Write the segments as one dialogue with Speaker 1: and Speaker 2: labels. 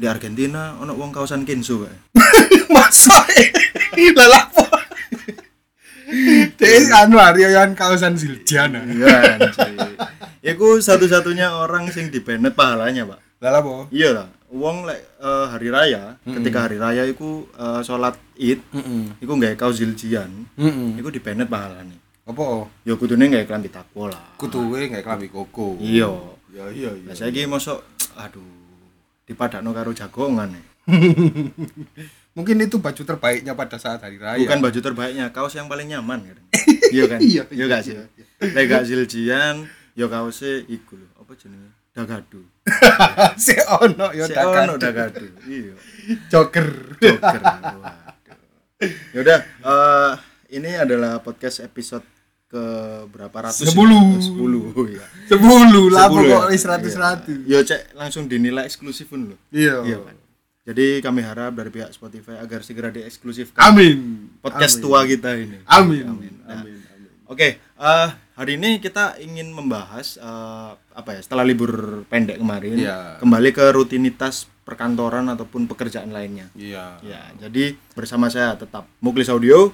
Speaker 1: di Argentina ono wong kaosan Kenzo kae.
Speaker 2: Masa ya? Lah lapo? Teh anu Aryoyan kaosan ah. Zildjian.
Speaker 1: Iya anjir. Iku satu-satunya orang sing dibenet pahalanya, Pak.
Speaker 2: Lah lapo?
Speaker 1: Iya lah, wong lek eh, hari raya, ketika hari raya iku eh, sholat Id,
Speaker 2: Heeh.
Speaker 1: iku nggawe kaos ziljian.
Speaker 2: Heeh.
Speaker 1: Iku dibenet pahalane.
Speaker 2: Apa?
Speaker 1: Ya kudune nggawe klambi takwa lah.
Speaker 2: Kutuwe nggak kelambi koko.
Speaker 1: Iya.
Speaker 2: Ya iya
Speaker 1: Lah saiki mosok aduh dipadakno karo jagongan. e. ya.
Speaker 2: Mungkin itu baju terbaiknya pada saat hari raya.
Speaker 1: Bukan baju terbaiknya, kaos yang paling nyaman kan. Iya kan?
Speaker 2: Iya,
Speaker 1: Ah, Iya gak sih? Lek gak ziljian, ya kaose iku lho, apa jenenge? Dagadu.
Speaker 2: si ono ya
Speaker 1: Si ono
Speaker 2: takkan
Speaker 1: dagadu. Iya.
Speaker 2: joker.
Speaker 1: Joker. Waduh. Yaudah, eh, ini adalah podcast episode ke berapa ratus? ya?
Speaker 2: Sepuluh.
Speaker 1: Ke Sepuluh. iya.
Speaker 2: Sepuluh lah
Speaker 1: Sepuluh
Speaker 2: pokoknya
Speaker 1: ya?
Speaker 2: seratus
Speaker 1: Iya.
Speaker 2: seratus.
Speaker 1: Yo cek langsung dinilai eksklusif pun loh.
Speaker 2: Iya.
Speaker 1: Iya kan. Jadi kami harap dari pihak Spotify agar segera dieksklusifkan
Speaker 2: Amin.
Speaker 1: podcast
Speaker 2: Amin.
Speaker 1: tua kita ini. Amin.
Speaker 2: Amin. Amin.
Speaker 1: Nah,
Speaker 2: Amin. Amin.
Speaker 1: Oke, eh, hari ini kita ingin membahas eh, apa ya setelah libur pendek kemarin,
Speaker 2: Iya.
Speaker 1: kembali ke rutinitas perkantoran ataupun pekerjaan lainnya.
Speaker 2: Iya.
Speaker 1: Ya, jadi bersama saya tetap Muklis Audio.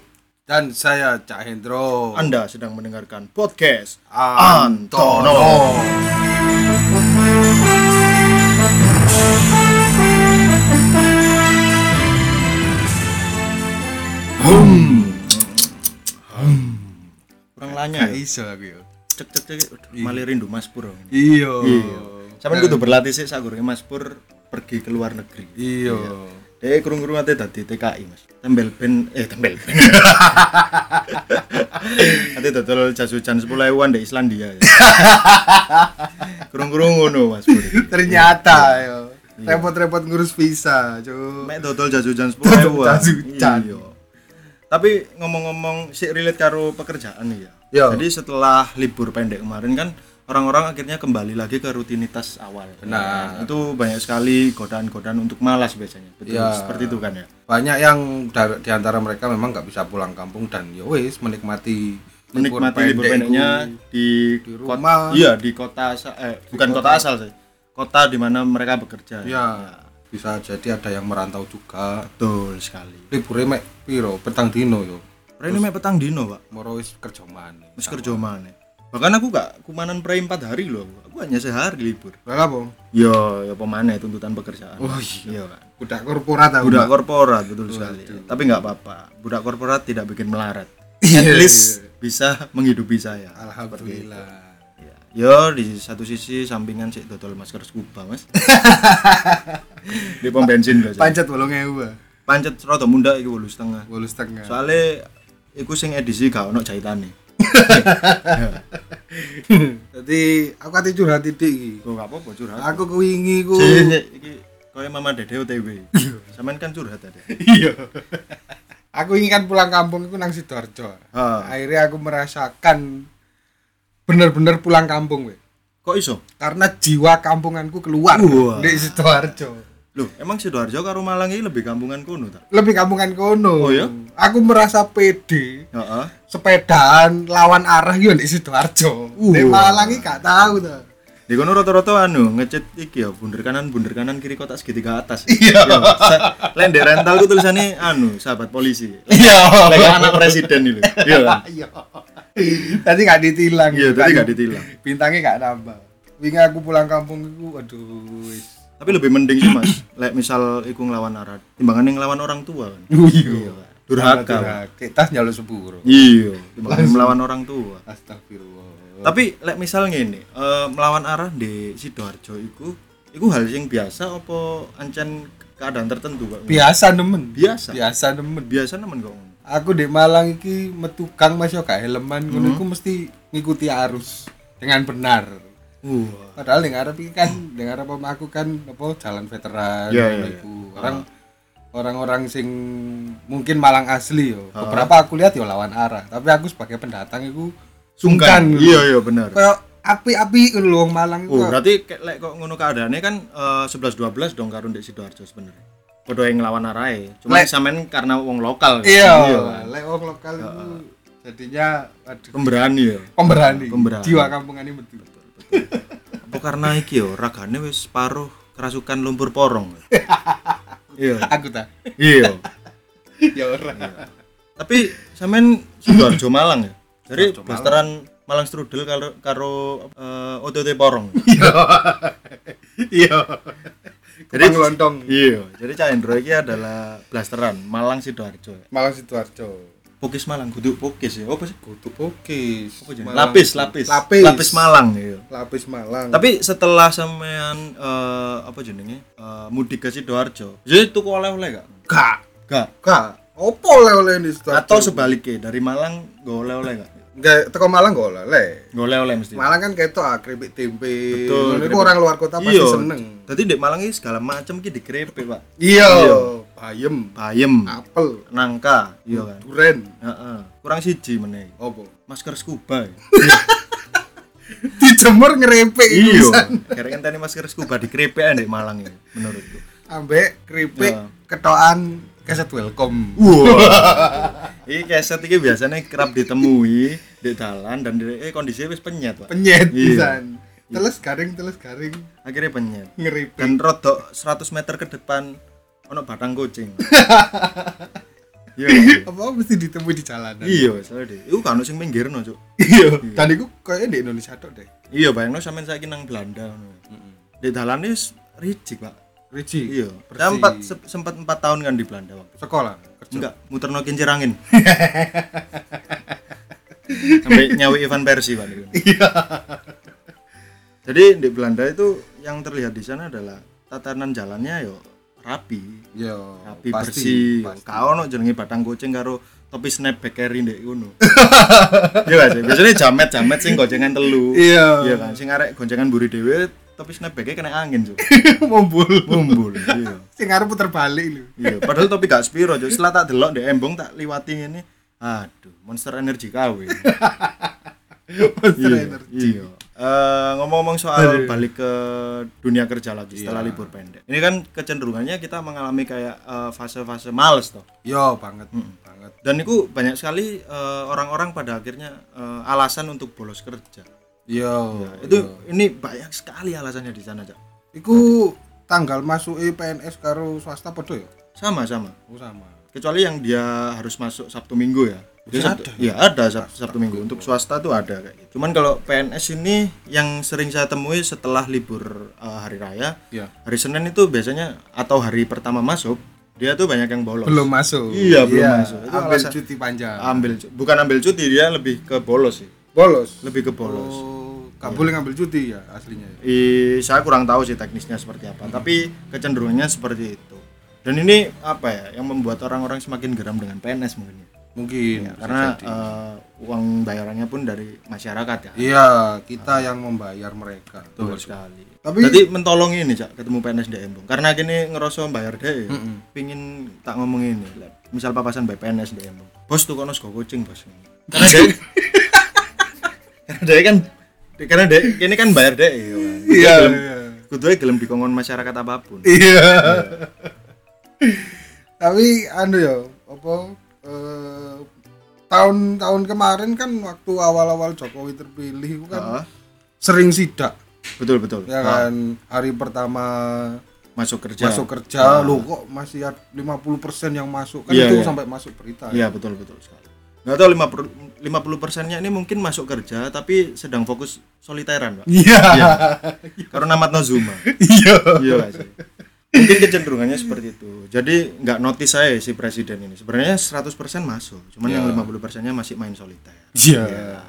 Speaker 2: Dan saya Cak Hendro.
Speaker 1: Anda sedang mendengarkan podcast
Speaker 2: Antono.
Speaker 1: Kurang lanya
Speaker 2: Gak
Speaker 1: ya.
Speaker 2: iso aku ya.
Speaker 1: Cek cek cek. Aduh, malah rindu Mas Pur. orang ini.
Speaker 2: Iya.
Speaker 1: Sampeyan kudu berlatih sih sagurunge Mas Pur pergi ke luar negeri.
Speaker 2: Iya.
Speaker 1: Dek kurung-kurung ate dadi TKI, Mas. Tembel ben eh tembel ben. ate dodol jas hujan 10.000-an di Islandia. Ya. kurung-kurung ngono Mas Pur.
Speaker 2: Ternyata yo. Repot-repot ngurus visa, cuy.
Speaker 1: Mek dodol jas hujan 10.000.
Speaker 2: Dodol jas hujan.
Speaker 1: Iya. Tapi ngomong-ngomong si relate karo pekerjaan nih ya.
Speaker 2: Iya.
Speaker 1: Jadi setelah libur pendek kemarin kan orang-orang akhirnya kembali lagi ke rutinitas awal. Nah,
Speaker 2: Benar.
Speaker 1: Itu banyak sekali godaan-godaan untuk malas biasanya. Betul.
Speaker 2: Iya.
Speaker 1: Seperti itu kan ya.
Speaker 2: Banyak yang dar- di antara mereka memang nggak bisa pulang kampung dan ya wis menikmati libur
Speaker 1: Menikmati libur
Speaker 2: pendek
Speaker 1: pendeknya di,
Speaker 2: Di
Speaker 1: kot-
Speaker 2: rumah.
Speaker 1: Iya, di kota asa- eh bukan kota, asal sih. Kota di mana mereka bekerja.
Speaker 2: ku. Ya. Bisa jadi ada yang merantau juga.
Speaker 1: Betul sekali.
Speaker 2: Libure mek piro? Petang dino yo.
Speaker 1: Rene mek petang dino, Pak.
Speaker 2: Moro wis kerja maneh.
Speaker 1: Wis kerja maneh. Bahkan aku gak kumanan pre 4 hari loh. aku. Aku hanya sehari libur.
Speaker 2: Lah apa?
Speaker 1: Yo, ya pemanah tuntutan pekerjaan.
Speaker 2: Oh iya.
Speaker 1: Iya, Pak.
Speaker 2: Budak korporat aku.
Speaker 1: Budak korporat betul sekali. Tapi nggak apa-apa. Budak korporat tidak bikin melarat. At
Speaker 2: Iya,
Speaker 1: least bisa menghidupi saya.
Speaker 2: Alhamdulillah.
Speaker 1: Ya. Yo di satu sisi sampingan sih dodol masker scuba, Mas. di pom bensin biasa.
Speaker 2: Pancet 8000.
Speaker 1: Pancet rada munda iki 8,5.
Speaker 2: Bolu setengah.
Speaker 1: Soale iku sing edisi gak ono jahitane.
Speaker 2: Jadi aku ati curhat titik iki.
Speaker 1: Kok gak apa-apa curhat.
Speaker 2: Aku kuingi ku.
Speaker 1: Sik, sik, iki koyo Mama Dede OTW. Sampean kan curhat tadi.
Speaker 2: Iya. aku ingin kan pulang kampung itu nang Sidoarjo.
Speaker 1: Ha.
Speaker 2: Akhirnya aku merasakan bener-bener pulang kampung we.
Speaker 1: Kok iso?
Speaker 2: Karena jiwa kampunganku keluar
Speaker 1: Wah.
Speaker 2: di Sidoarjo.
Speaker 1: Loh, emang Sidoarjo karo Malang iki lebih kampungan kono ta?
Speaker 2: Lebih kampungan
Speaker 1: Oh,
Speaker 2: kono.
Speaker 1: iya?
Speaker 2: Aku merasa pede
Speaker 1: Heeh.
Speaker 2: sepedaan lawan arah yo di Sidoarjo. Di
Speaker 1: Wah.
Speaker 2: Malang iki gak tahu ta.
Speaker 1: Di kono rata-rata anu ngecet iki ya bunder kanan bunder kanan kiri kotak segitiga atas. Iya. Lain di rental ku tulisannya anu sahabat polisi.
Speaker 2: Iya.
Speaker 1: Lek anak presiden itu. Iya kan?
Speaker 2: Iya. Tadi gak ditilang.
Speaker 1: Iya, tadi gak ditilang.
Speaker 2: Bintangnya gak nambah. Wingi aku pulang kampung iku aduh wis.
Speaker 1: Tapi lebih mending sih, Mas. Lek misal iku nglawan arah, timbangane nglawan orang tua kan.
Speaker 2: Iya.
Speaker 1: Durhaka. Pak.
Speaker 2: Eh, Tas nyaluk sepuro.
Speaker 1: Iya, timbangane melawan orang tua.
Speaker 2: Astagfirullah.
Speaker 1: Tapi lek misal ngene, eh, melawan arah di Sidoarjo iku iku hal yang biasa apa ancen keadaan tertentu kok?
Speaker 2: Biasa nemen.
Speaker 1: Biasa.
Speaker 2: Biasa nemen.
Speaker 1: Biasa nemen kok. ngono.
Speaker 2: Aku di Malang iki metukang Mas yo gak helman
Speaker 1: Hmm.
Speaker 2: ngono iku mesti ngikuti arus dengan benar.
Speaker 1: Wah.
Speaker 2: Padahal yang Arab iki kan, yang Arab om aku kan apa jalan veteran
Speaker 1: Iya,
Speaker 2: ngono
Speaker 1: iya, iya.
Speaker 2: iku. Orang orang-orang sing mungkin Malang asli yo. Beberapa aku lihat yo lawan arah, tapi aku sebagai pendatang iku sungkan. ngono.
Speaker 1: Iya, iya benar.
Speaker 2: Kayak api-api ngono lho wong Malang iku.
Speaker 1: Oh, berarti ke- lek kok ngono keadaannya kan eh, sebelas 11 12 dong karo ndek Sidoarjo sebenarnya. Padha yang nglawan arahe. Cuma
Speaker 2: Lek-
Speaker 1: sampean karena wong lokal kan?
Speaker 2: Iya,
Speaker 1: kan?
Speaker 2: lek wong lokal itu jadinya aduh,
Speaker 1: Pemberani ya.
Speaker 2: pemberani.
Speaker 1: Pemberani.
Speaker 2: Jiwa kampungan ini betul.
Speaker 1: Apa karena iki yo ragane wis paruh kerasukan lumpur porong. Iya.
Speaker 2: aku tak
Speaker 1: Iya.
Speaker 2: ya ora
Speaker 1: Tapi sampean Sidoarjo Malang ya. Dari
Speaker 2: Sidoarjo Malang.
Speaker 1: blasteran Malang strudel karo karo eh, OTT porong.
Speaker 2: iya iya
Speaker 1: Jadi-
Speaker 2: jadi lontong
Speaker 1: Iya. Jadi Cak Hendro iki adalah blasteran Malang Sidoarjo.
Speaker 2: malang sidoarjo
Speaker 1: Pokis Malang, guduk pokis ya. Apa sih?
Speaker 2: kutu oke Malang.
Speaker 1: Lapis, lapis.
Speaker 2: lapis
Speaker 1: Lapis Malang iya.
Speaker 2: lapis malang
Speaker 1: Tapi setelah sampean eh, apa jenenge? eh, mudik ke Sidoarjo. Jadi tuku oleh-oleh gak?
Speaker 2: gak
Speaker 1: Gak.
Speaker 2: gak opo oleh oleh di sidoarjo
Speaker 1: Atau sebaliknya dari Malang gak oleh-oleh gak?
Speaker 2: Nggak, teko malang gak oleh
Speaker 1: Gak oleh-oleh mesti.
Speaker 2: malang kan kayak ah keripik tempe
Speaker 1: Betul,
Speaker 2: Ngono iku
Speaker 1: keripik.
Speaker 2: orang luar kota pasti
Speaker 1: Iya.
Speaker 2: seneng
Speaker 1: Tadi di Malang ini segala macam ki dikrepe, Pak.
Speaker 2: iya
Speaker 1: Iya.
Speaker 2: bayem
Speaker 1: Bayem,
Speaker 2: apel
Speaker 1: nangka, iya kan.
Speaker 2: duren
Speaker 1: Heeh. Kurang siji meneh.
Speaker 2: opo
Speaker 1: Masker scuba. ya.
Speaker 2: dijemur ngerepek
Speaker 1: Iya. Karena tadi masker scuba dikrepean di Malang ini menurutku.
Speaker 2: ambek keripik
Speaker 1: Ya.
Speaker 2: ketokan keset welcome
Speaker 1: Wah. Iki keset iki biasanya kerap ditemui di dalan dan di, eh kondisinya wis penyet, Pak.
Speaker 2: penyet
Speaker 1: Iya.
Speaker 2: pisan teles garing teles garing
Speaker 1: Akhirnya penyet.
Speaker 2: ngeripik
Speaker 1: Dan rodok 100 meter ke depan ono batang kucing. Iya. Pak.
Speaker 2: apa mesti ditemui di jalanan
Speaker 1: Iya, soalnya deh. Iku kan sing pinggirno, Cuk.
Speaker 2: iya dan itu kayaknya di Indonesia tok deh
Speaker 1: Iya, bayangno sampean saiki nang Belanda ngono. Di dalane wis ricik, Pak.
Speaker 2: Ricci
Speaker 1: Iya. Saya empat se- sempat empat tahun kan di Belanda waktu. itu.
Speaker 2: sekolah kerja
Speaker 1: Enggak, muterno kincir angin. Sampai nyawi Ivan Persie Pak. Iya. Jadi di Belanda itu yang terlihat di sana adalah tatanan jalannya yo rapi,
Speaker 2: iya
Speaker 1: rapi bersih. Kau no jenenge batang kucing karo topi snapback carry ndek ngono. Iya kan? sih? Biasanya jamet-jamet sing goncengan telu.
Speaker 2: iya
Speaker 1: Iya kan, sing arek goncengan mburi dhewe tapi snapback kena angin, Cuk.
Speaker 2: mumbul
Speaker 1: Mumbul. Iya.
Speaker 2: sing arep puter balik lho
Speaker 1: iya padahal tapi gak spiro jadi setelah tak delok di embong tak liwati ini aduh monster energi KW
Speaker 2: monster
Speaker 1: iya
Speaker 2: energy
Speaker 1: iya Eh, ngomong-ngomong soal balik ke dunia kerja lagi setelah libur pendek ini kan kecenderungannya kita mengalami kayak eh, fase-fase males toh
Speaker 2: yo Iya, banget banget
Speaker 1: dan itu banyak sekali eh, orang-orang pada akhirnya eh, alasan untuk bolos kerja Iya,
Speaker 2: yo
Speaker 1: itu ini banyak sekali alasannya di sana cak
Speaker 2: iku tanggal masuk PNS karo swasta podo ya
Speaker 1: sama sama
Speaker 2: oh sama
Speaker 1: kecuali yang dia harus masuk Sabtu Minggu ya. Dia Sabtu, ya ada Iya. Sab- Sabtu Minggu untuk swasta tuh ada kayak gitu. Cuman kalau PNS ini yang sering saya temui setelah libur eh, hari raya,
Speaker 2: iya
Speaker 1: hari Senin itu biasanya atau hari pertama masuk, dia tuh banyak yang bolos.
Speaker 2: belum masuk
Speaker 1: Iya, belum masuk. Itu
Speaker 2: ambil
Speaker 1: alasan-
Speaker 2: cuti panjang
Speaker 1: Ambil cu- bukan ambil cuti dia lebih ke bolos sih,
Speaker 2: bolos
Speaker 1: lebih ke bolos.
Speaker 2: Oh, gak boleh ngambil cuti ya aslinya ya?
Speaker 1: I, saya kurang tahu sih teknisnya seperti apa, tapi kecenderungannya seperti itu. Dan ini apa ya yang membuat orang-orang semakin geram dengan PNS mungkin. ya.
Speaker 2: mungkin bisa
Speaker 1: karena
Speaker 2: jadi.
Speaker 1: eh, uang bayarannya pun dari masyarakat ya
Speaker 2: iya kita yang membayar mereka
Speaker 1: betul sekali
Speaker 2: Tapi-
Speaker 1: tapi mentolong ini cak ketemu PNS di Embong karena gini ngerasa bayar deh pingin tak ngomong ini Lek, misal papasan by PNS di Embong bos tuh kono sego kucing bos karena dia karena dia kan karena dia ini kan bayar deh ya kan.
Speaker 2: iya
Speaker 1: kudunya gelem dikongkon masyarakat apapun
Speaker 2: iya tapi anu ya apa eh, tahun-tahun kemarin kan waktu awal-awal Jokowi terpilih itu kan
Speaker 1: Ah,
Speaker 2: sering sidak
Speaker 1: betul betul Ah, Ya.
Speaker 2: ya kan hari pertama
Speaker 1: masuk kerja
Speaker 2: masuk kerja lu kok masih ada 50% yang masuk kan
Speaker 1: Ah. Iya,
Speaker 2: itu
Speaker 1: iya.
Speaker 2: sampai masuk berita
Speaker 1: Iya betul betul sekali. Nggak tahu 50 persennya ini mungkin masuk kerja tapi sedang fokus soliteran pak.
Speaker 2: iya
Speaker 1: Karena Matno Zuma.
Speaker 2: iya
Speaker 1: iya Pak, sih. Mungkin kecenderungannya seperti itu. Jadi nggak notice saya si presiden ini. Sebenarnya 100% masuk, cuman yang 50 persennya masih main soliter.
Speaker 2: Iya.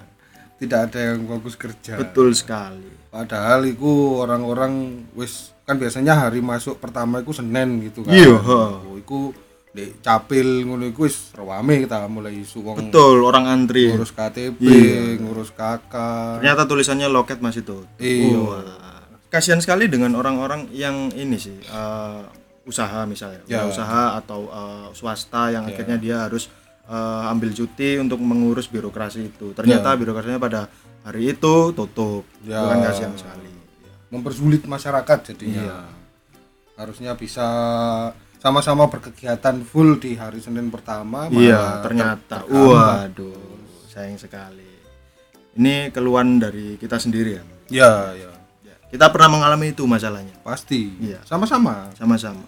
Speaker 2: Tidak ada yang fokus kerja.
Speaker 1: Betul sekali.
Speaker 2: Padahal iku orang-orang wis kan biasanya hari masuk pertama iku Senin gitu kan.
Speaker 1: Iya.
Speaker 2: Oh, iku di capil ngono iku wis rame kita mulai isu wong
Speaker 1: Betul Iya. orang antri.
Speaker 2: ngurus KTP, ngurus KK.
Speaker 1: Ternyata tulisannya loket masih tuh.
Speaker 2: Iya.
Speaker 1: Kasihan sekali dengan orang-orang yang ini sih eh, usaha misalnya,
Speaker 2: Ya.
Speaker 1: usaha atau eh, swasta yang akhirnya dia harus eh, ambil cuti untuk mengurus birokrasi itu. Ternyata birokrasinya pada hari itu tutup.
Speaker 2: Ya.
Speaker 1: Bukan kasihan sekali.
Speaker 2: Mempersulit masyarakat jadinya.
Speaker 1: Iya.
Speaker 2: Harusnya bisa sama-sama berkegiatan full di hari Senin pertama malah
Speaker 1: Iya, ternyata. Waduh, sayang sekali. Ini keluhan dari kita sendiri ya.
Speaker 2: ya ya
Speaker 1: Ya. Kita pernah mengalami itu masalahnya.
Speaker 2: pasti
Speaker 1: Iya.
Speaker 2: sama-sama
Speaker 1: sama-sama.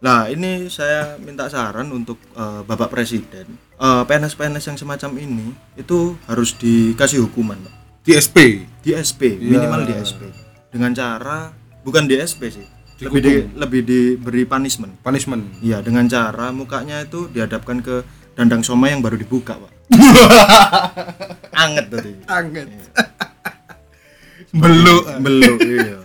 Speaker 1: Nah, ini saya minta saran untuk eh, Bapak Presiden. Eh, PNS-PNS yang semacam ini itu harus dikasih hukuman, Pak.
Speaker 2: di SP
Speaker 1: Di SP, minimal di SP. Dengan cara bukan di SP sih. Lebih di, lebih diberi punishment.
Speaker 2: punishment
Speaker 1: Iya, dengan cara mukanya itu dihadapkan ke dandang soma yang baru dibuka, Pak. Anget tadi.
Speaker 2: anget beluk
Speaker 1: Belum, iya.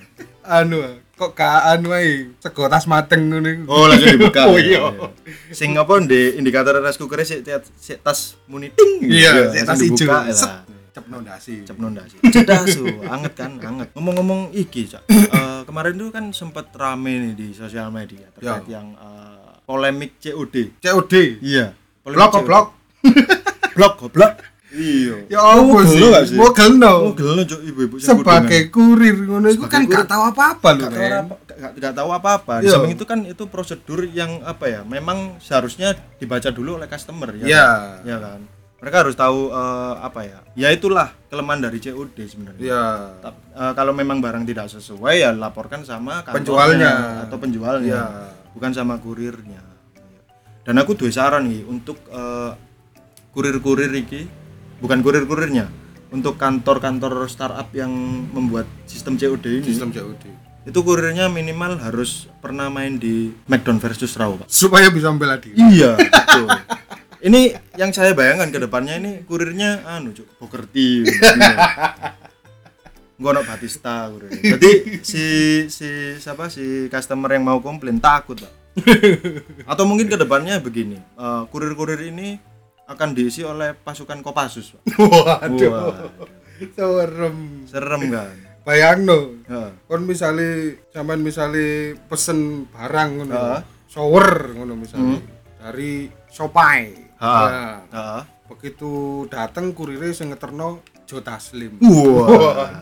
Speaker 2: anu kok ka anu ae sego tas mateng ngono iku.
Speaker 1: Oh, langsung dibuka.
Speaker 2: oh
Speaker 1: iya,
Speaker 2: iya
Speaker 1: iya. Sing apa di indikator rice cooker sik tiat- sik tas muni ting.
Speaker 2: iya
Speaker 1: langsung
Speaker 2: sik tas ijo
Speaker 1: dibuka, ya.
Speaker 2: set cepno ndasi
Speaker 1: Cap nonda sih. Cedasu, anget kan, anget. Ngomong-ngomong iki, Cak. Eh, kemarin tuh kan sempet rame nih di sosial media terkait
Speaker 2: Ya.
Speaker 1: yang eh, polemik COD.
Speaker 2: COD
Speaker 1: Iya.
Speaker 2: blok kok blok
Speaker 1: blok goblok. Iya.
Speaker 2: ya opo
Speaker 1: Mogel
Speaker 2: sih Oh,
Speaker 1: nggak sih?
Speaker 2: mogel no
Speaker 1: Google lo cok ibu-ibu sing
Speaker 2: sebagai kurir ngono iku kan gak tahu apa-apa lho
Speaker 1: kudungan. Nggak tahu
Speaker 2: Ren.
Speaker 1: apa- nggak- nggak tahu apa-apa. Di
Speaker 2: Iya.
Speaker 1: samping itu kan itu prosedur yang apa ya? Memang seharusnya dibaca dulu oleh customer ya.
Speaker 2: Iya.
Speaker 1: kan? Iya kan? Mereka harus tahu eh, apa ya? Ya itulah kelemahan dari COD sebenarnya.
Speaker 2: iya
Speaker 1: Tap- eh, kalau memang barang tidak sesuai ya laporkan sama kantornya
Speaker 2: Penjualnya.
Speaker 1: atau penjualnya
Speaker 2: Iya.
Speaker 1: bukan sama kurirnya dan aku dua saran nih untuk eh, kurir-kurir iki bukan kurir-kurirnya untuk kantor-kantor startup yang membuat sistem COD ini
Speaker 2: sistem COD
Speaker 1: itu kurirnya minimal harus pernah main di McDonald versus Raw Pak.
Speaker 2: supaya bisa membela diri
Speaker 1: iya betul ini yang saya bayangkan ke depannya ini kurirnya anu cuk Bokerti Gono Batista kurir. Jadi si si siapa si customer yang mau komplain takut Pak. Atau mungkin ke depannya begini, eh, kurir-kurir ini akan diisi oleh pasukan Kopassus Pak.
Speaker 2: waduh
Speaker 1: Wah,
Speaker 2: serem
Speaker 1: serem kan.
Speaker 2: bayangno
Speaker 1: Heeh.
Speaker 2: kon misale sampean misale pesen barang ngono shower ngono misale dari Shopee
Speaker 1: Ha.
Speaker 2: Nah,
Speaker 1: Heeh.
Speaker 2: begitu dateng kurire sing ngeterno Jo Taslim
Speaker 1: Wah.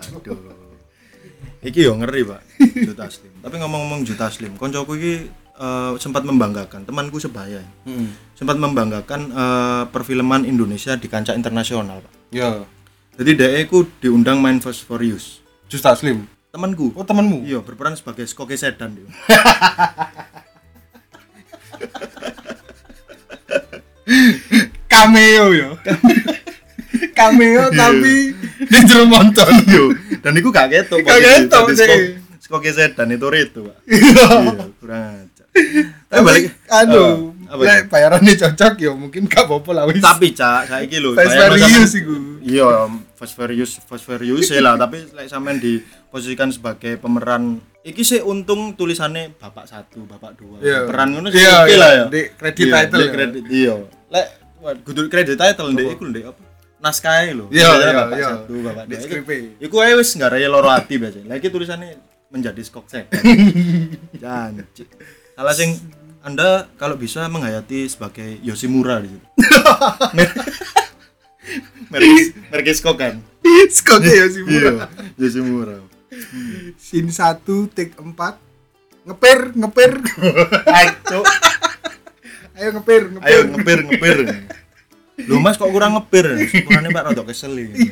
Speaker 1: Iki yo ngeri, Pak. Juta Slim. Tapi ngomong-ngomong Juta Slim, koncoku iki eh, sempat membanggakan temanku sebaya.
Speaker 2: Hmm.
Speaker 1: Sempat membanggakan eh, perfilman Indonesia di kancah internasional, Pak.
Speaker 2: ya
Speaker 1: Jadi DE ku diundang main Fast for Use.
Speaker 2: Jo Taslim
Speaker 1: Temanku.
Speaker 2: oh temenmu
Speaker 1: Iya, berperan sebagai skoke sedan dia.
Speaker 2: cameo ya cameo tapi di jero motor
Speaker 1: Yo, Iya. dan iku gak ketok. Pak.
Speaker 2: Gak ketok,
Speaker 1: Jadi
Speaker 2: sih.
Speaker 1: skok- Skoke sedan itu itu, Pak. Iya, kurang aja.
Speaker 2: Eh,
Speaker 1: Tapi balik
Speaker 2: aduh
Speaker 1: Eh, apa
Speaker 2: anu, lek bayarannya cocok ya mungkin gak apa-apa lah wis
Speaker 1: tapi cak saiki lho
Speaker 2: Fast
Speaker 1: bayangno
Speaker 2: Furious
Speaker 1: sampean-
Speaker 2: iku.
Speaker 1: iya fast furious fast furious ya lah tapi lek sampean diposisikan sebagai pemeran iki sih untung tulisannya bapak satu bapak dua
Speaker 2: Iya.
Speaker 1: peran ngono sih
Speaker 2: Iya,
Speaker 1: oke
Speaker 2: iya.
Speaker 1: lah ya
Speaker 2: Di credit
Speaker 1: Iya,
Speaker 2: title
Speaker 1: di
Speaker 2: ya.
Speaker 1: credit iya lek wah, kudu credit title ndek iku ndek apa naskah e lho
Speaker 2: Iya,
Speaker 1: Misalnya
Speaker 2: iya,
Speaker 1: bapak
Speaker 2: iya.
Speaker 1: satu bapak
Speaker 2: Ndek
Speaker 1: dua Iku-
Speaker 2: skripe.
Speaker 1: iku ae wis nggak raya loro ati biasa lek iki tulisannya menjadi skok sek janji salah sing anda kalau bisa menghayati sebagai Yoshimura di situ merek merek skokan
Speaker 2: skok ya sih
Speaker 1: iya Yoshimura
Speaker 2: Sin 1 take 4 Ngepir, ngepir
Speaker 1: ayo
Speaker 2: Ayo ngepir,
Speaker 1: ayo
Speaker 2: ngepir
Speaker 1: ngepir ngepir lu mas kok kurang ngepir kurangnya pak rodok kesel ini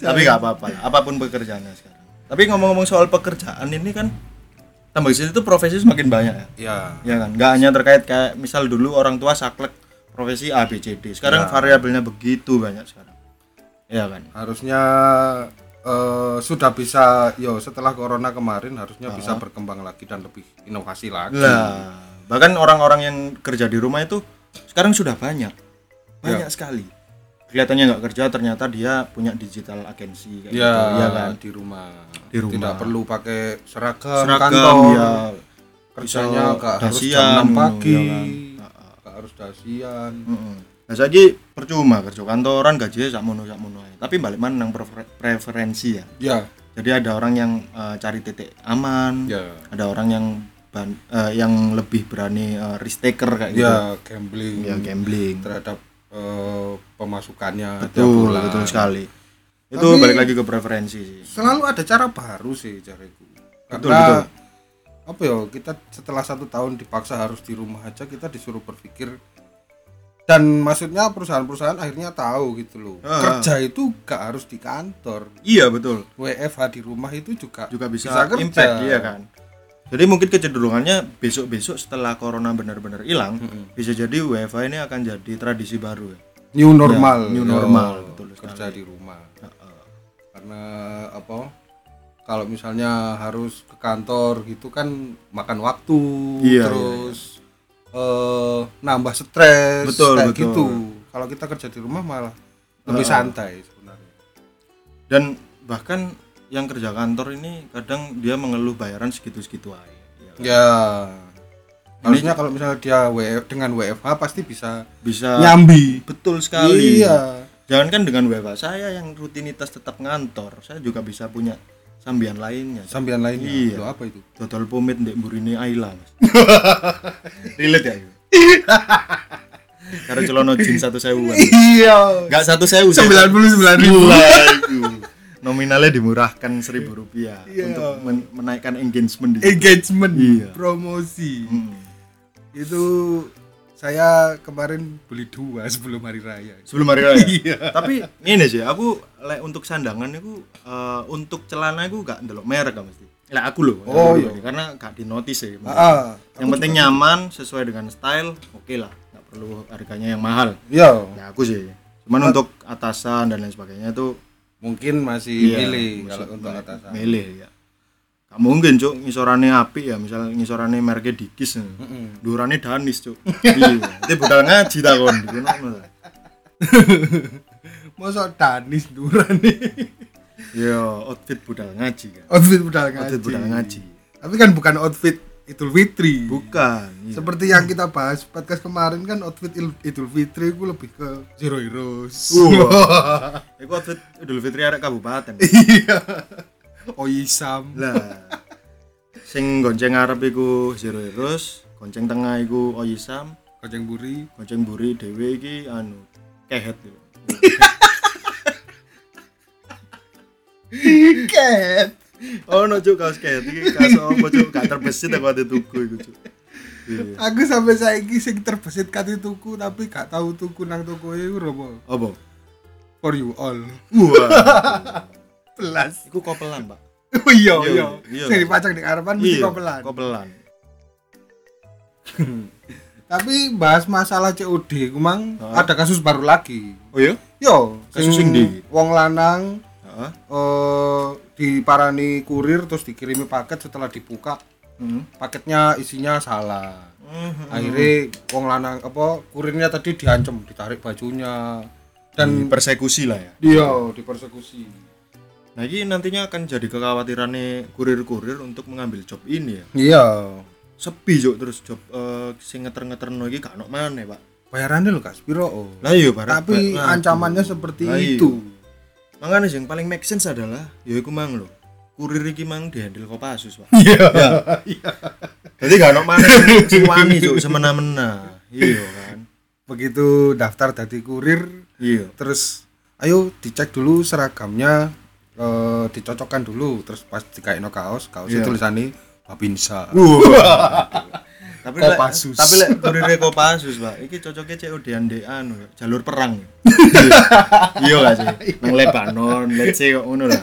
Speaker 1: tapi nggak apa-apa lah, apapun pekerjaannya sekarang tapi ngomong-ngomong soal pekerjaan ini kan tambah sini tuh profesi semakin banyak ya
Speaker 2: Ya
Speaker 1: ya kan nggak hanya terkait kayak misal dulu orang tua saklek profesi A B C D sekarang variabelnya begitu banyak sekarang ya kan
Speaker 2: Harusnya eh, sudah bisa yo setelah corona kemarin harusnya bisa berkembang lagi dan lebih inovasi lagi
Speaker 1: Lah, bahkan orang-orang yang kerja di rumah itu sekarang sudah banyak.
Speaker 2: Ya.
Speaker 1: Banyak sekali. Kelihatannya nggak kerja ternyata dia punya digital agency kayak
Speaker 2: ya,
Speaker 1: gitu, ya kan.
Speaker 2: di rumah
Speaker 1: Di rumah.
Speaker 2: tidak perlu pakai seragam,
Speaker 1: Seragam
Speaker 2: kantor
Speaker 1: ya
Speaker 2: kerjanya
Speaker 1: bisa
Speaker 2: gak harus
Speaker 1: dasian,
Speaker 2: jam 6 pagi
Speaker 1: ya kan.
Speaker 2: gak harus dasian
Speaker 1: Heeh. Nah, saiki percuma kerja kantoran gajinya sakmono sakmono ae. Tapi balik mana nang prefer- preferensi ya.
Speaker 2: ya
Speaker 1: Jadi ada orang yang eh, cari titik aman,
Speaker 2: ya
Speaker 1: ada orang yang ban- eh, yang lebih berani eh, risk taker kayak
Speaker 2: ya
Speaker 1: gitu.
Speaker 2: gambling
Speaker 1: Ya gambling.
Speaker 2: terhadap eh, pemasukannya tiap
Speaker 1: Betul,
Speaker 2: bulan.
Speaker 1: betul sekali. Itu
Speaker 2: Tapi-
Speaker 1: balik lagi ke preferensi sih.
Speaker 2: selalu ada cara baru sih cariku
Speaker 1: Betul, betul.
Speaker 2: karena apa ya kita setelah satu tahun dipaksa harus di rumah aja kita disuruh berpikir dan maksudnya perusahaan-perusahaan akhirnya tahu gitu loh
Speaker 1: Ah.
Speaker 2: kerja itu gak harus di kantor
Speaker 1: iya betul
Speaker 2: WFH di rumah itu juga
Speaker 1: juga bisa,
Speaker 2: kerja.
Speaker 1: impact iya kan jadi mungkin kecenderungannya besok-besok setelah corona benar-benar hilang bisa jadi WFA ini akan jadi tradisi baru ya
Speaker 2: new normal Oh,
Speaker 1: new normal, betul
Speaker 2: kerja di rumah
Speaker 1: Heeh.
Speaker 2: karena apa kalau misalnya harus ke kantor gitu kan makan waktu
Speaker 1: Iya,
Speaker 2: terus eh, nambah stres
Speaker 1: Betul,
Speaker 2: kayak
Speaker 1: betul.
Speaker 2: gitu kalau kita kerja di rumah malah lebih santai sebenarnya
Speaker 1: dan bahkan yang kerja kantor ini kadang dia mengeluh bayaran segitu-segitu aja ya.
Speaker 2: ya harusnya kalau misalnya dia WF, dengan WFH pasti bisa
Speaker 1: bisa
Speaker 2: nyambi
Speaker 1: betul sekali
Speaker 2: Ya. iya
Speaker 1: jangankan dengan WFA saya yang rutinitas tetap ngantor saya juga bisa punya sambian lainnya
Speaker 2: sambilan lainnya
Speaker 1: Iya.
Speaker 2: Loh, apa itu
Speaker 1: dodol pomade ndek mburine Aila mas relate ya itu karena celono jin satu sewuan
Speaker 2: iya
Speaker 1: enggak satu sewu sih.
Speaker 2: sembilan puluh sembilan ribu
Speaker 1: Waduh. nominalnya dimurahkan seribu rupiah
Speaker 2: Iya.
Speaker 1: untuk men- menaikkan engagement di situ.
Speaker 2: engagement
Speaker 1: Iya.
Speaker 2: promosi
Speaker 1: Hmm.
Speaker 2: itu saya kemarin beli dua sebelum hari raya
Speaker 1: sebelum hari raya
Speaker 2: Iya.
Speaker 1: tapi ini sih aku lek untuk sandangan aku eh, untuk celana aku gak ndelok merek kan mesti lek aku loh aku
Speaker 2: Oh, iya.
Speaker 1: loh, karena gak di notice ya
Speaker 2: ah
Speaker 1: yang penting nyaman sesuai dengan style oke lah nggak perlu harganya yang mahal
Speaker 2: yo
Speaker 1: ya aku sih cuman untuk atasan dan lain sebagainya itu
Speaker 2: mungkin masih
Speaker 1: iya,
Speaker 2: milih
Speaker 1: masih
Speaker 2: kalau untuk
Speaker 1: milih-
Speaker 2: atasan
Speaker 1: milih ya gak mungkin cuk ngisorane api ya misal ngisorane mereknya dikis ya. Durane danis cuk iya itu budal ngaji Gitu, takon dikono-kono ta.
Speaker 2: masa danis duran nih
Speaker 1: iya outfit budal ngaji kan
Speaker 2: outfit budal ngaji
Speaker 1: outfit budal ngaji
Speaker 2: tapi kan bukan outfit Idul Fitri
Speaker 1: bukan iya.
Speaker 2: seperti yang kita bahas podcast kemarin kan outfit Il- Idul Fitri gue lebih ke zero heroes
Speaker 1: Wah. Iku outfit Idul Fitri arek kabupaten
Speaker 2: iya Oisam
Speaker 1: lah sing gonceng arep iku Zero Heroes gonceng tengah iku Oyisam
Speaker 2: kacang buri
Speaker 1: gonceng buri dhewe iki anu kehet gitu.
Speaker 2: tiket
Speaker 1: oh no cuk kaos kehet iki kaos opo cuk gak terbesit aku ati tuku iku cuk Iya.
Speaker 2: aku sampai saiki sing terbesit kati tuku tapi gak tahu tuku nang toko iku apa
Speaker 1: opo
Speaker 2: for you all
Speaker 1: wah
Speaker 2: pelas
Speaker 1: iku kopelan pak
Speaker 2: oh iya
Speaker 1: Iya,
Speaker 2: iya
Speaker 1: iya.
Speaker 2: sing dipajang di harapan mesti kok pelan
Speaker 1: kopelan
Speaker 2: tapi bahas masalah COD kumang
Speaker 1: Hah?
Speaker 2: ada kasus baru lagi
Speaker 1: oh iya
Speaker 2: yo
Speaker 1: Kasus sing di-
Speaker 2: wong lanang
Speaker 1: heeh
Speaker 2: eh diparani kurir terus dikirimi paket setelah dibuka
Speaker 1: Heeh.
Speaker 2: paketnya isinya salah
Speaker 1: Mhm.
Speaker 2: akhirnya wong lanang apa kurirnya tadi diancam ditarik bajunya dan
Speaker 1: persekusi lah ya
Speaker 2: dia dipersekusi
Speaker 1: nah ini nantinya akan jadi kekhawatirannya kurir-kurir untuk mengambil job ini ya
Speaker 2: iya
Speaker 1: sepi juk terus job eh, sing ngeter-ngeterno iki gak ono maneh pak
Speaker 2: bayarannya lho Kak Spiro oh.
Speaker 1: Lah iya barang-
Speaker 2: tapi
Speaker 1: ba-
Speaker 2: ancamannya
Speaker 1: aduh.
Speaker 2: seperti
Speaker 1: Lah iya.
Speaker 2: itu
Speaker 1: Makanya sih, yang paling make sense adalah ya iku mang lho. Kurir iki mang dihandle Kopassus, Pak.
Speaker 2: iya
Speaker 1: Jadi gak ono maneh sing wani cuk semena-mena. Iya kan.
Speaker 2: begitu daftar dari kurir
Speaker 1: Iya.
Speaker 2: terus ayo dicek dulu seragamnya eh, dicocokkan dulu terus pas dikaino kaos kaos
Speaker 1: Iya.
Speaker 2: tulisannya Babinsa
Speaker 1: tapi lek-
Speaker 2: Kopassus.
Speaker 1: tapi lek kurire Kopassus, Pak. Iki cocoknya COD ande anu ya, jalur perang. iya gak sih? Nang Lebanon, let's say kok ngono lah.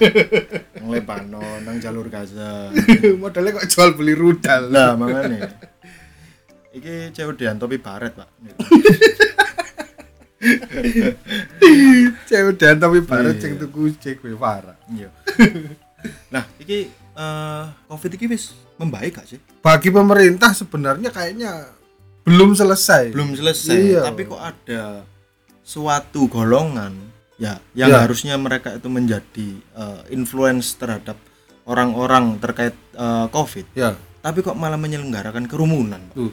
Speaker 1: Nang Lebanon, nang jalur Gaza.
Speaker 2: modelnya kok jual beli rudal
Speaker 1: Lah, makanya. Iki COD topi baret, Pak.
Speaker 2: iya. cewek dan tapi barat ceng tuku cek gue parah
Speaker 1: Iya. nah, iki eh Covid iki wis membaik gak sih?
Speaker 2: bagi pemerintah sebenarnya kayaknya belum selesai
Speaker 1: Belum selesai,
Speaker 2: Iya.
Speaker 1: tapi kok ada suatu golongan ya yang
Speaker 2: Ya.
Speaker 1: harusnya mereka itu menjadi eh, influence terhadap orang-orang terkait eh, Covid,
Speaker 2: ya
Speaker 1: tapi kok malah menyelenggarakan kerumunan, Pak.
Speaker 2: tuh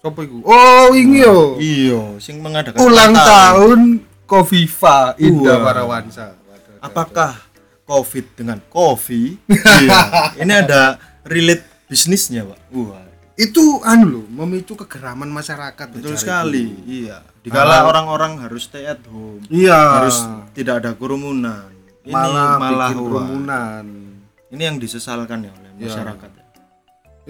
Speaker 2: siapa itu oh ini yo Iya.
Speaker 1: Iya, sing mengadakan
Speaker 2: ulang
Speaker 1: ulang
Speaker 2: tahun Kofifa Indah
Speaker 1: Wah.
Speaker 2: Parawansa
Speaker 1: Apakah Covid dengan kopi? Iya. Ini ada relate bisnisnya, Pak. Wah,
Speaker 2: itu anu loh memicu kegeraman masyarakat
Speaker 1: betul
Speaker 2: Cari
Speaker 1: sekali. Iya. Dikala orang-orang harus stay at home.
Speaker 2: duit. iya
Speaker 1: harus tidak ada kerumunan ini
Speaker 2: malah,
Speaker 1: Ah. malah,
Speaker 2: bikin
Speaker 1: wah,
Speaker 2: kerumunan
Speaker 1: ini yang disesalkan ya oleh masyarakat ya.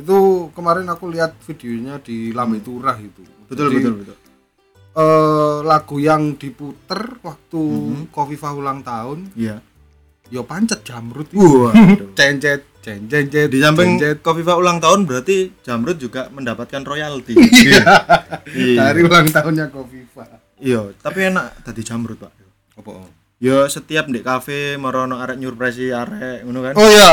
Speaker 2: itu kemarin aku lihat videonya di Lame Turah itu
Speaker 1: betul
Speaker 2: Jadi,
Speaker 1: betul betul
Speaker 2: eh, lagu yang diputer waktu
Speaker 1: Mhm.
Speaker 2: Kofifah ulang tahun,
Speaker 1: Iya.
Speaker 2: yo pancet jamrut. itu.
Speaker 1: Wah.
Speaker 2: Cencet, cencet, cencet.
Speaker 1: Di samping
Speaker 2: cencet.
Speaker 1: Kofifa ulang tahun berarti Jamrud juga mendapatkan royalti. Iya.
Speaker 2: dari ulang tahunnya Kofifa.
Speaker 1: Iya, tapi enak tadi Jamrud, Pak.
Speaker 2: Apa? Om?
Speaker 1: Ya setiap di kafe merono arek nyurpresi arek ngono kan.
Speaker 2: Oh iya.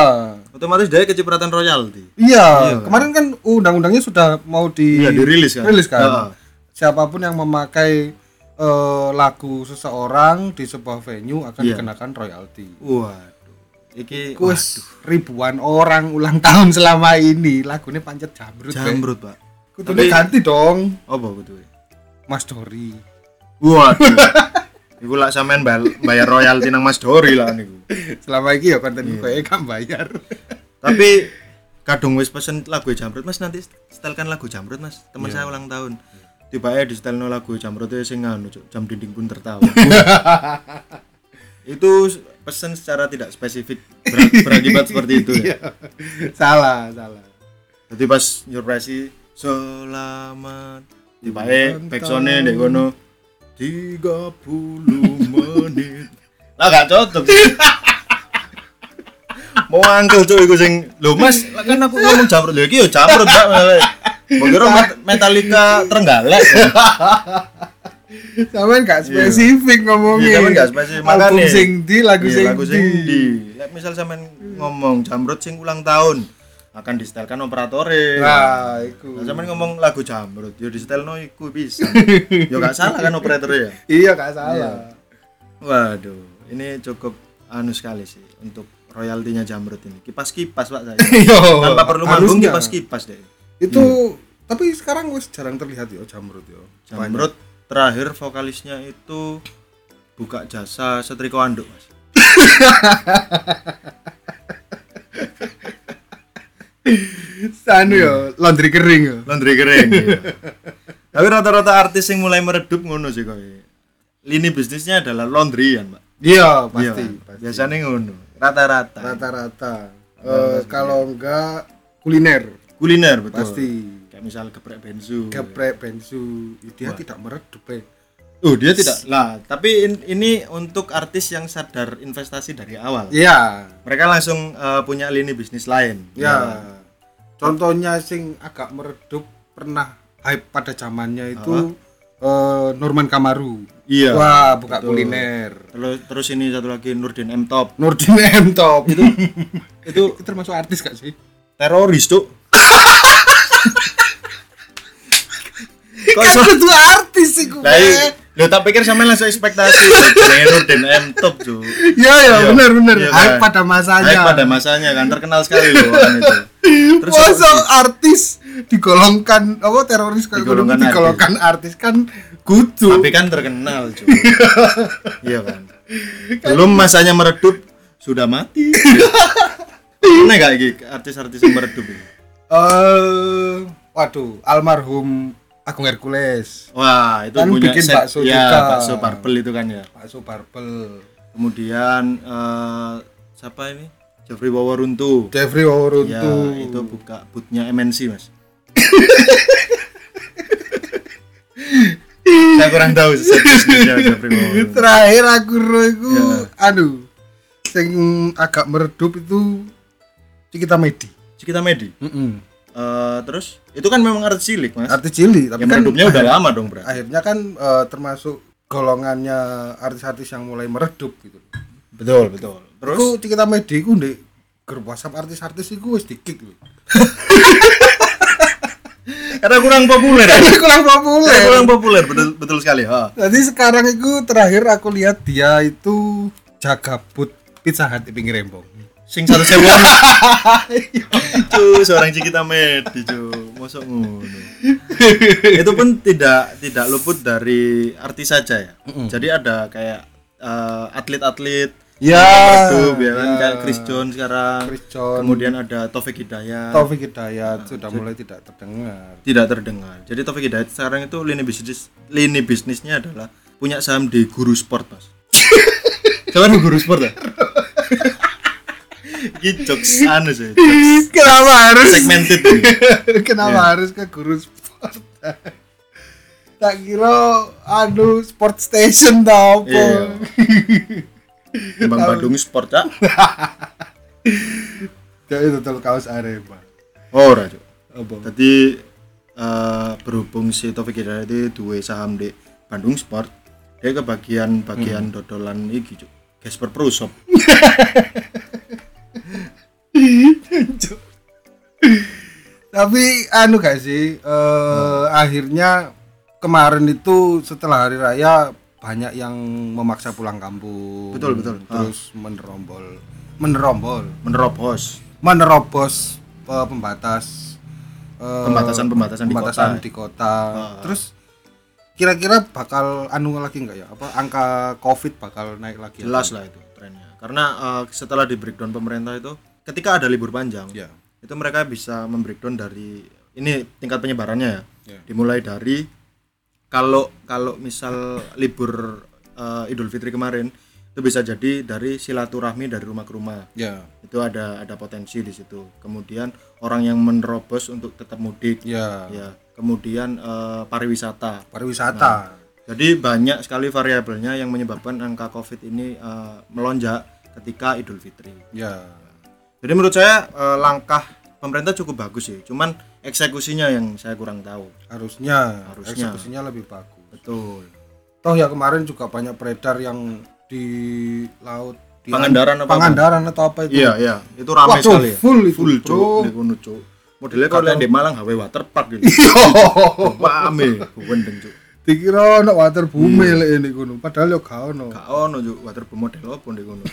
Speaker 1: Otomatis dia kecipratan royalti.
Speaker 2: Iya, kemarin kan undang-undangnya sudah mau di
Speaker 1: Iya, dirilis kan?
Speaker 2: Rilis kan?
Speaker 1: Heeh.
Speaker 2: Siapapun yang memakai eh, lagu seseorang di sebuah venue akan
Speaker 1: Iya.
Speaker 2: dikenakan royalti.
Speaker 1: Waduh. Iki
Speaker 2: Kus ribuan orang ulang tahun selama ini lagunya pancet jamrut. Jamrut.
Speaker 1: Jamrud, Pak.
Speaker 2: Kudunya
Speaker 1: Tapi-
Speaker 2: ganti dong,
Speaker 1: Apa kudu?
Speaker 2: Mas Dori.
Speaker 1: Waduh. Iku lak sampean bal- bayar royalti nang Mas Dori lah niku.
Speaker 2: Selama ini ya konten
Speaker 1: Iya.
Speaker 2: gue gak bayar.
Speaker 1: Tapi kadung wis pesen lagu Jamrut Mas nanti setelkan lagu Jamrut Mas. Teman saya ulang tahun. Tiba eh di setelno lagu Jamrut itu sing anu Cuk. jam dinding pun tertawa. itu pesen secara tidak spesifik ber- berakibat seperti itu ya.
Speaker 2: Iya. salah, salah.
Speaker 1: Jadi pas nyurpresi selamat tiba eh backsone ndek kono 30 menit. Lah gak cocok. Mau angkel cuy iku sing lho Mas, lah kan aku ngomong jamrut lho iki yo jamrut Pak. Mbok kira Met- Metallica Trenggalek.
Speaker 2: Sampean gak spesifik ngomongin.
Speaker 1: Iya, sampean gak spesifik,
Speaker 2: Album
Speaker 1: makanya.
Speaker 2: sing di, lagu
Speaker 1: Iya,
Speaker 2: sing
Speaker 1: lagu
Speaker 2: di.
Speaker 1: sing di. Lah misal sampean ngomong jamrut sing ulang tahun akan distelkan operatore.
Speaker 2: Nah, iku.
Speaker 1: Lah sampean ngomong lagu jamrut, yo distelno iku bisa. Yo gak salah kan operator ya.
Speaker 2: Iya, gak salah.
Speaker 1: Waduh, ini cukup anu sekali sih untuk royaltinya Jamrut ini. Kipas-kipas Pak saya.
Speaker 2: Iya.
Speaker 1: Tanpa perlu manggung ya,
Speaker 2: Harusnya.
Speaker 1: kipas-kipas deh.
Speaker 2: Itu tapi sekarang wis jarang terlihat ya, yo jamrut yo.
Speaker 1: Jamrut terakhir vokalisnya itu buka jasa setrika anduk, Mas.
Speaker 2: Anu yo, laundry kering ya? yo.
Speaker 1: Laundry kering. iya. Tapi rata-rata artis yang mulai meredup ngono sih kok. iya. Lini bisnisnya adalah laundryan, Pak.
Speaker 2: Iya,
Speaker 1: Iya,
Speaker 2: pasti.
Speaker 1: Pak. Biasanya ngono. Rata-rata.
Speaker 2: Rata-rata. Eh, kalau enggak kuliner
Speaker 1: Kuliner betul.
Speaker 2: pasti.
Speaker 1: Kayak misal geprek bensu.
Speaker 2: Geprek bensu dia tidak meredup ya.
Speaker 1: Oh dia tidak lah, tapi in- ini untuk artis yang sadar investasi dari awal.
Speaker 2: Iya.
Speaker 1: Mereka langsung eh, punya lini bisnis lain.
Speaker 2: Ya. Contohnya sing agak meredup pernah hype pada zamannya itu eh, Norman Kamaru.
Speaker 1: Iya.
Speaker 2: Wah, buka kuliner.
Speaker 1: Terus terus ini satu lagi Nurdin M Top.
Speaker 2: Nurdin M Top itu itu termasuk artis gak sih?
Speaker 1: Teroris tuh. Kok
Speaker 2: kan
Speaker 1: iso-
Speaker 2: kudu artis sih gue.
Speaker 1: Lah, i- Lo tak pikir sama langsung ekspektasi. Jenenge Nurdin M Top tuh.
Speaker 2: Iya ya benar benar.
Speaker 1: Iya,
Speaker 2: Hype
Speaker 1: kan?
Speaker 2: pada masanya.
Speaker 1: Baik pada masanya kan terkenal sekali loh orang itu. Terus
Speaker 2: Masa artis digolongkan apa teroris kan
Speaker 1: Digolongkan
Speaker 2: digolongkan, digolongkan artis. kan kudu.
Speaker 1: tapi kan terkenal cuy iya kan belum masanya meredup sudah mati Aneh gak iki artis-artis yang meredup ini?
Speaker 2: Eh waduh almarhum Agung Hercules,
Speaker 1: wah itu
Speaker 2: Kan
Speaker 1: punya
Speaker 2: bikin
Speaker 1: set-
Speaker 2: bakso
Speaker 1: ya,
Speaker 2: juga.
Speaker 1: bakso purple itu kan ya
Speaker 2: Pak Subarbel,
Speaker 1: kemudian eh, siapa ini Jeffrey Wawaruntu ya
Speaker 2: Jeffrey Waworuntu.
Speaker 1: itu buka bootnya MNC mas saya kurang tahu set bisnisnya Jeffrey Wawaruntu
Speaker 2: Terakhir aku roh iku aduh sing agak meredup itu Cikita Medi.
Speaker 1: Cikita Medi Eh, terus itu kan memang artis cilik mas
Speaker 2: Artis cilik tapi
Speaker 1: yang
Speaker 2: kan
Speaker 1: meredupnya udah lama dong berarti
Speaker 2: akhirnya kan eh, termasuk golongannya artis-artis yang mulai meredup gitu.
Speaker 1: betul betul terus
Speaker 2: Terus Cikita Medi ku ndek grup WhatsApp artis-artis iku wis dikik lho.
Speaker 1: karena kurang populer ya?
Speaker 2: kurang
Speaker 1: Karena
Speaker 2: populer.
Speaker 1: kurang populer betul betul sekali ha
Speaker 2: Jadi sekarang itu terakhir aku lihat dia itu jaga but pizza hut di pinggir rembong.
Speaker 1: sing satu sewu cu seorang Cikita Medi cu mosok ngono itu pun tidak tidak luput dari artis saja ya jadi ada kayak eh, atlet-atlet
Speaker 2: Ya,
Speaker 1: YouTube ya kan kayak Chris Jones sekarang
Speaker 2: Chris John,
Speaker 1: kemudian ada Taufik Hidayat
Speaker 2: Taufik Hidayat sudah mulai tidak terdengar.
Speaker 1: tidak terdengar. Jadi Taufik Hidayat sekarang itu lini bisnis lini bisnisnya adalah punya saham di Guru Sport, Mas. Siapa nih Guru Sport ya? Ini jokes anu sih, jokes
Speaker 2: Kenapa harus
Speaker 1: segmented.
Speaker 2: Kenapa harus ke guru sport? tak kira anu sport station tau apa
Speaker 1: Iya. Bang Bandung Sport cak.
Speaker 2: Cok, Ya, itu total kaos Arema
Speaker 1: Oh, Ora cuk.
Speaker 2: apa
Speaker 1: Tadi eh, berhubung si Taufik Hidayat itu dua saham di Bandung Sport, dia kebagian bagian dodolan iki cuk. Gasper Pro Shop.
Speaker 2: Cok. tapi anu gak sih eh,
Speaker 1: Hmm.
Speaker 2: akhirnya kemarin itu setelah hari raya banyak yang memaksa pulang kampung
Speaker 1: Betul, betul.
Speaker 2: terus menerombol menerombol
Speaker 1: menerobos
Speaker 2: menerobos eh, pembatas eh,
Speaker 1: Pembatasan-pembatasan di
Speaker 2: pembatasan
Speaker 1: kota. Ah.
Speaker 2: di kota. Terus kira-kira bakal anu lagi nggak ya? Apa angka covid bakal naik lagi? ya?
Speaker 1: Iya, jelas lah itu trennya karena eh, setelah di breakdown pemerintah itu ketika ada libur panjang
Speaker 2: Ya.
Speaker 1: itu mereka bisa membreakdown dari ini tingkat penyebarannya ya
Speaker 2: Ya.
Speaker 1: dimulai dari kalau kalau misal libur eh, Idul Fitri kemarin itu bisa jadi dari silaturahmi dari rumah ke rumah
Speaker 2: Ya.
Speaker 1: itu ada ada potensi di situ kemudian orang yang menerobos untuk tetap mudik
Speaker 2: Ya.
Speaker 1: ya kemudian eh, pariwisata Nah.
Speaker 2: Pariwisata.
Speaker 1: jadi banyak sekali variabelnya yang menyebabkan angka COVID ini eh, melonjak ketika Idul Fitri.
Speaker 2: Ya.
Speaker 1: Jadi menurut saya eh, langkah pemerintah cukup bagus sih, cuman eksekusinya yang saya kurang tahu.
Speaker 2: Harusnya,
Speaker 1: Harusnya.
Speaker 2: eksekusinya lebih bagus.
Speaker 1: Betul.
Speaker 2: Toh ya kemarin juga banyak beredar yang di laut di
Speaker 1: Pangandaran apa?
Speaker 2: Pangandaran atau apa itu?
Speaker 1: Iya iya, itu ramai
Speaker 2: Waduh,
Speaker 1: sekali. Ya.
Speaker 2: full itu,
Speaker 1: full
Speaker 2: bro.
Speaker 1: cuk, di kono, cuk. Modelnya kalau lihat di Malang HW waterpark gitu.
Speaker 2: Oh,
Speaker 1: Pame, wendeng cuk.
Speaker 2: Dikira ono water bumi
Speaker 1: Hmm.
Speaker 2: lek ini kono, padahal yo gak ono.
Speaker 1: Gak ono cuk waterpark model opo di kono.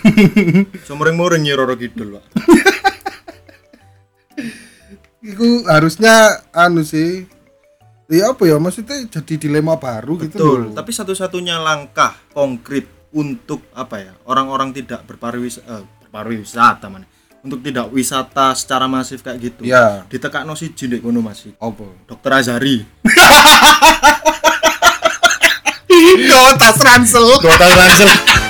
Speaker 1: Sumring-muring nyiroro kidul, Pak.
Speaker 2: Iku harusnya anu sih. Ya apa ya maksudnya jadi dilema baru gitu
Speaker 1: Betul,
Speaker 2: loh.
Speaker 1: tapi satu-satunya langkah konkret untuk apa ya? Orang-orang tidak berpariwisata berpariwisata mana? Untuk tidak wisata secara masif kayak gitu.
Speaker 2: Ya.
Speaker 1: Ditekakno siji ndek kono Mas.
Speaker 2: Apa?
Speaker 1: Dokter Azari.
Speaker 2: Yo tas ransel.
Speaker 1: Dokter Ransel.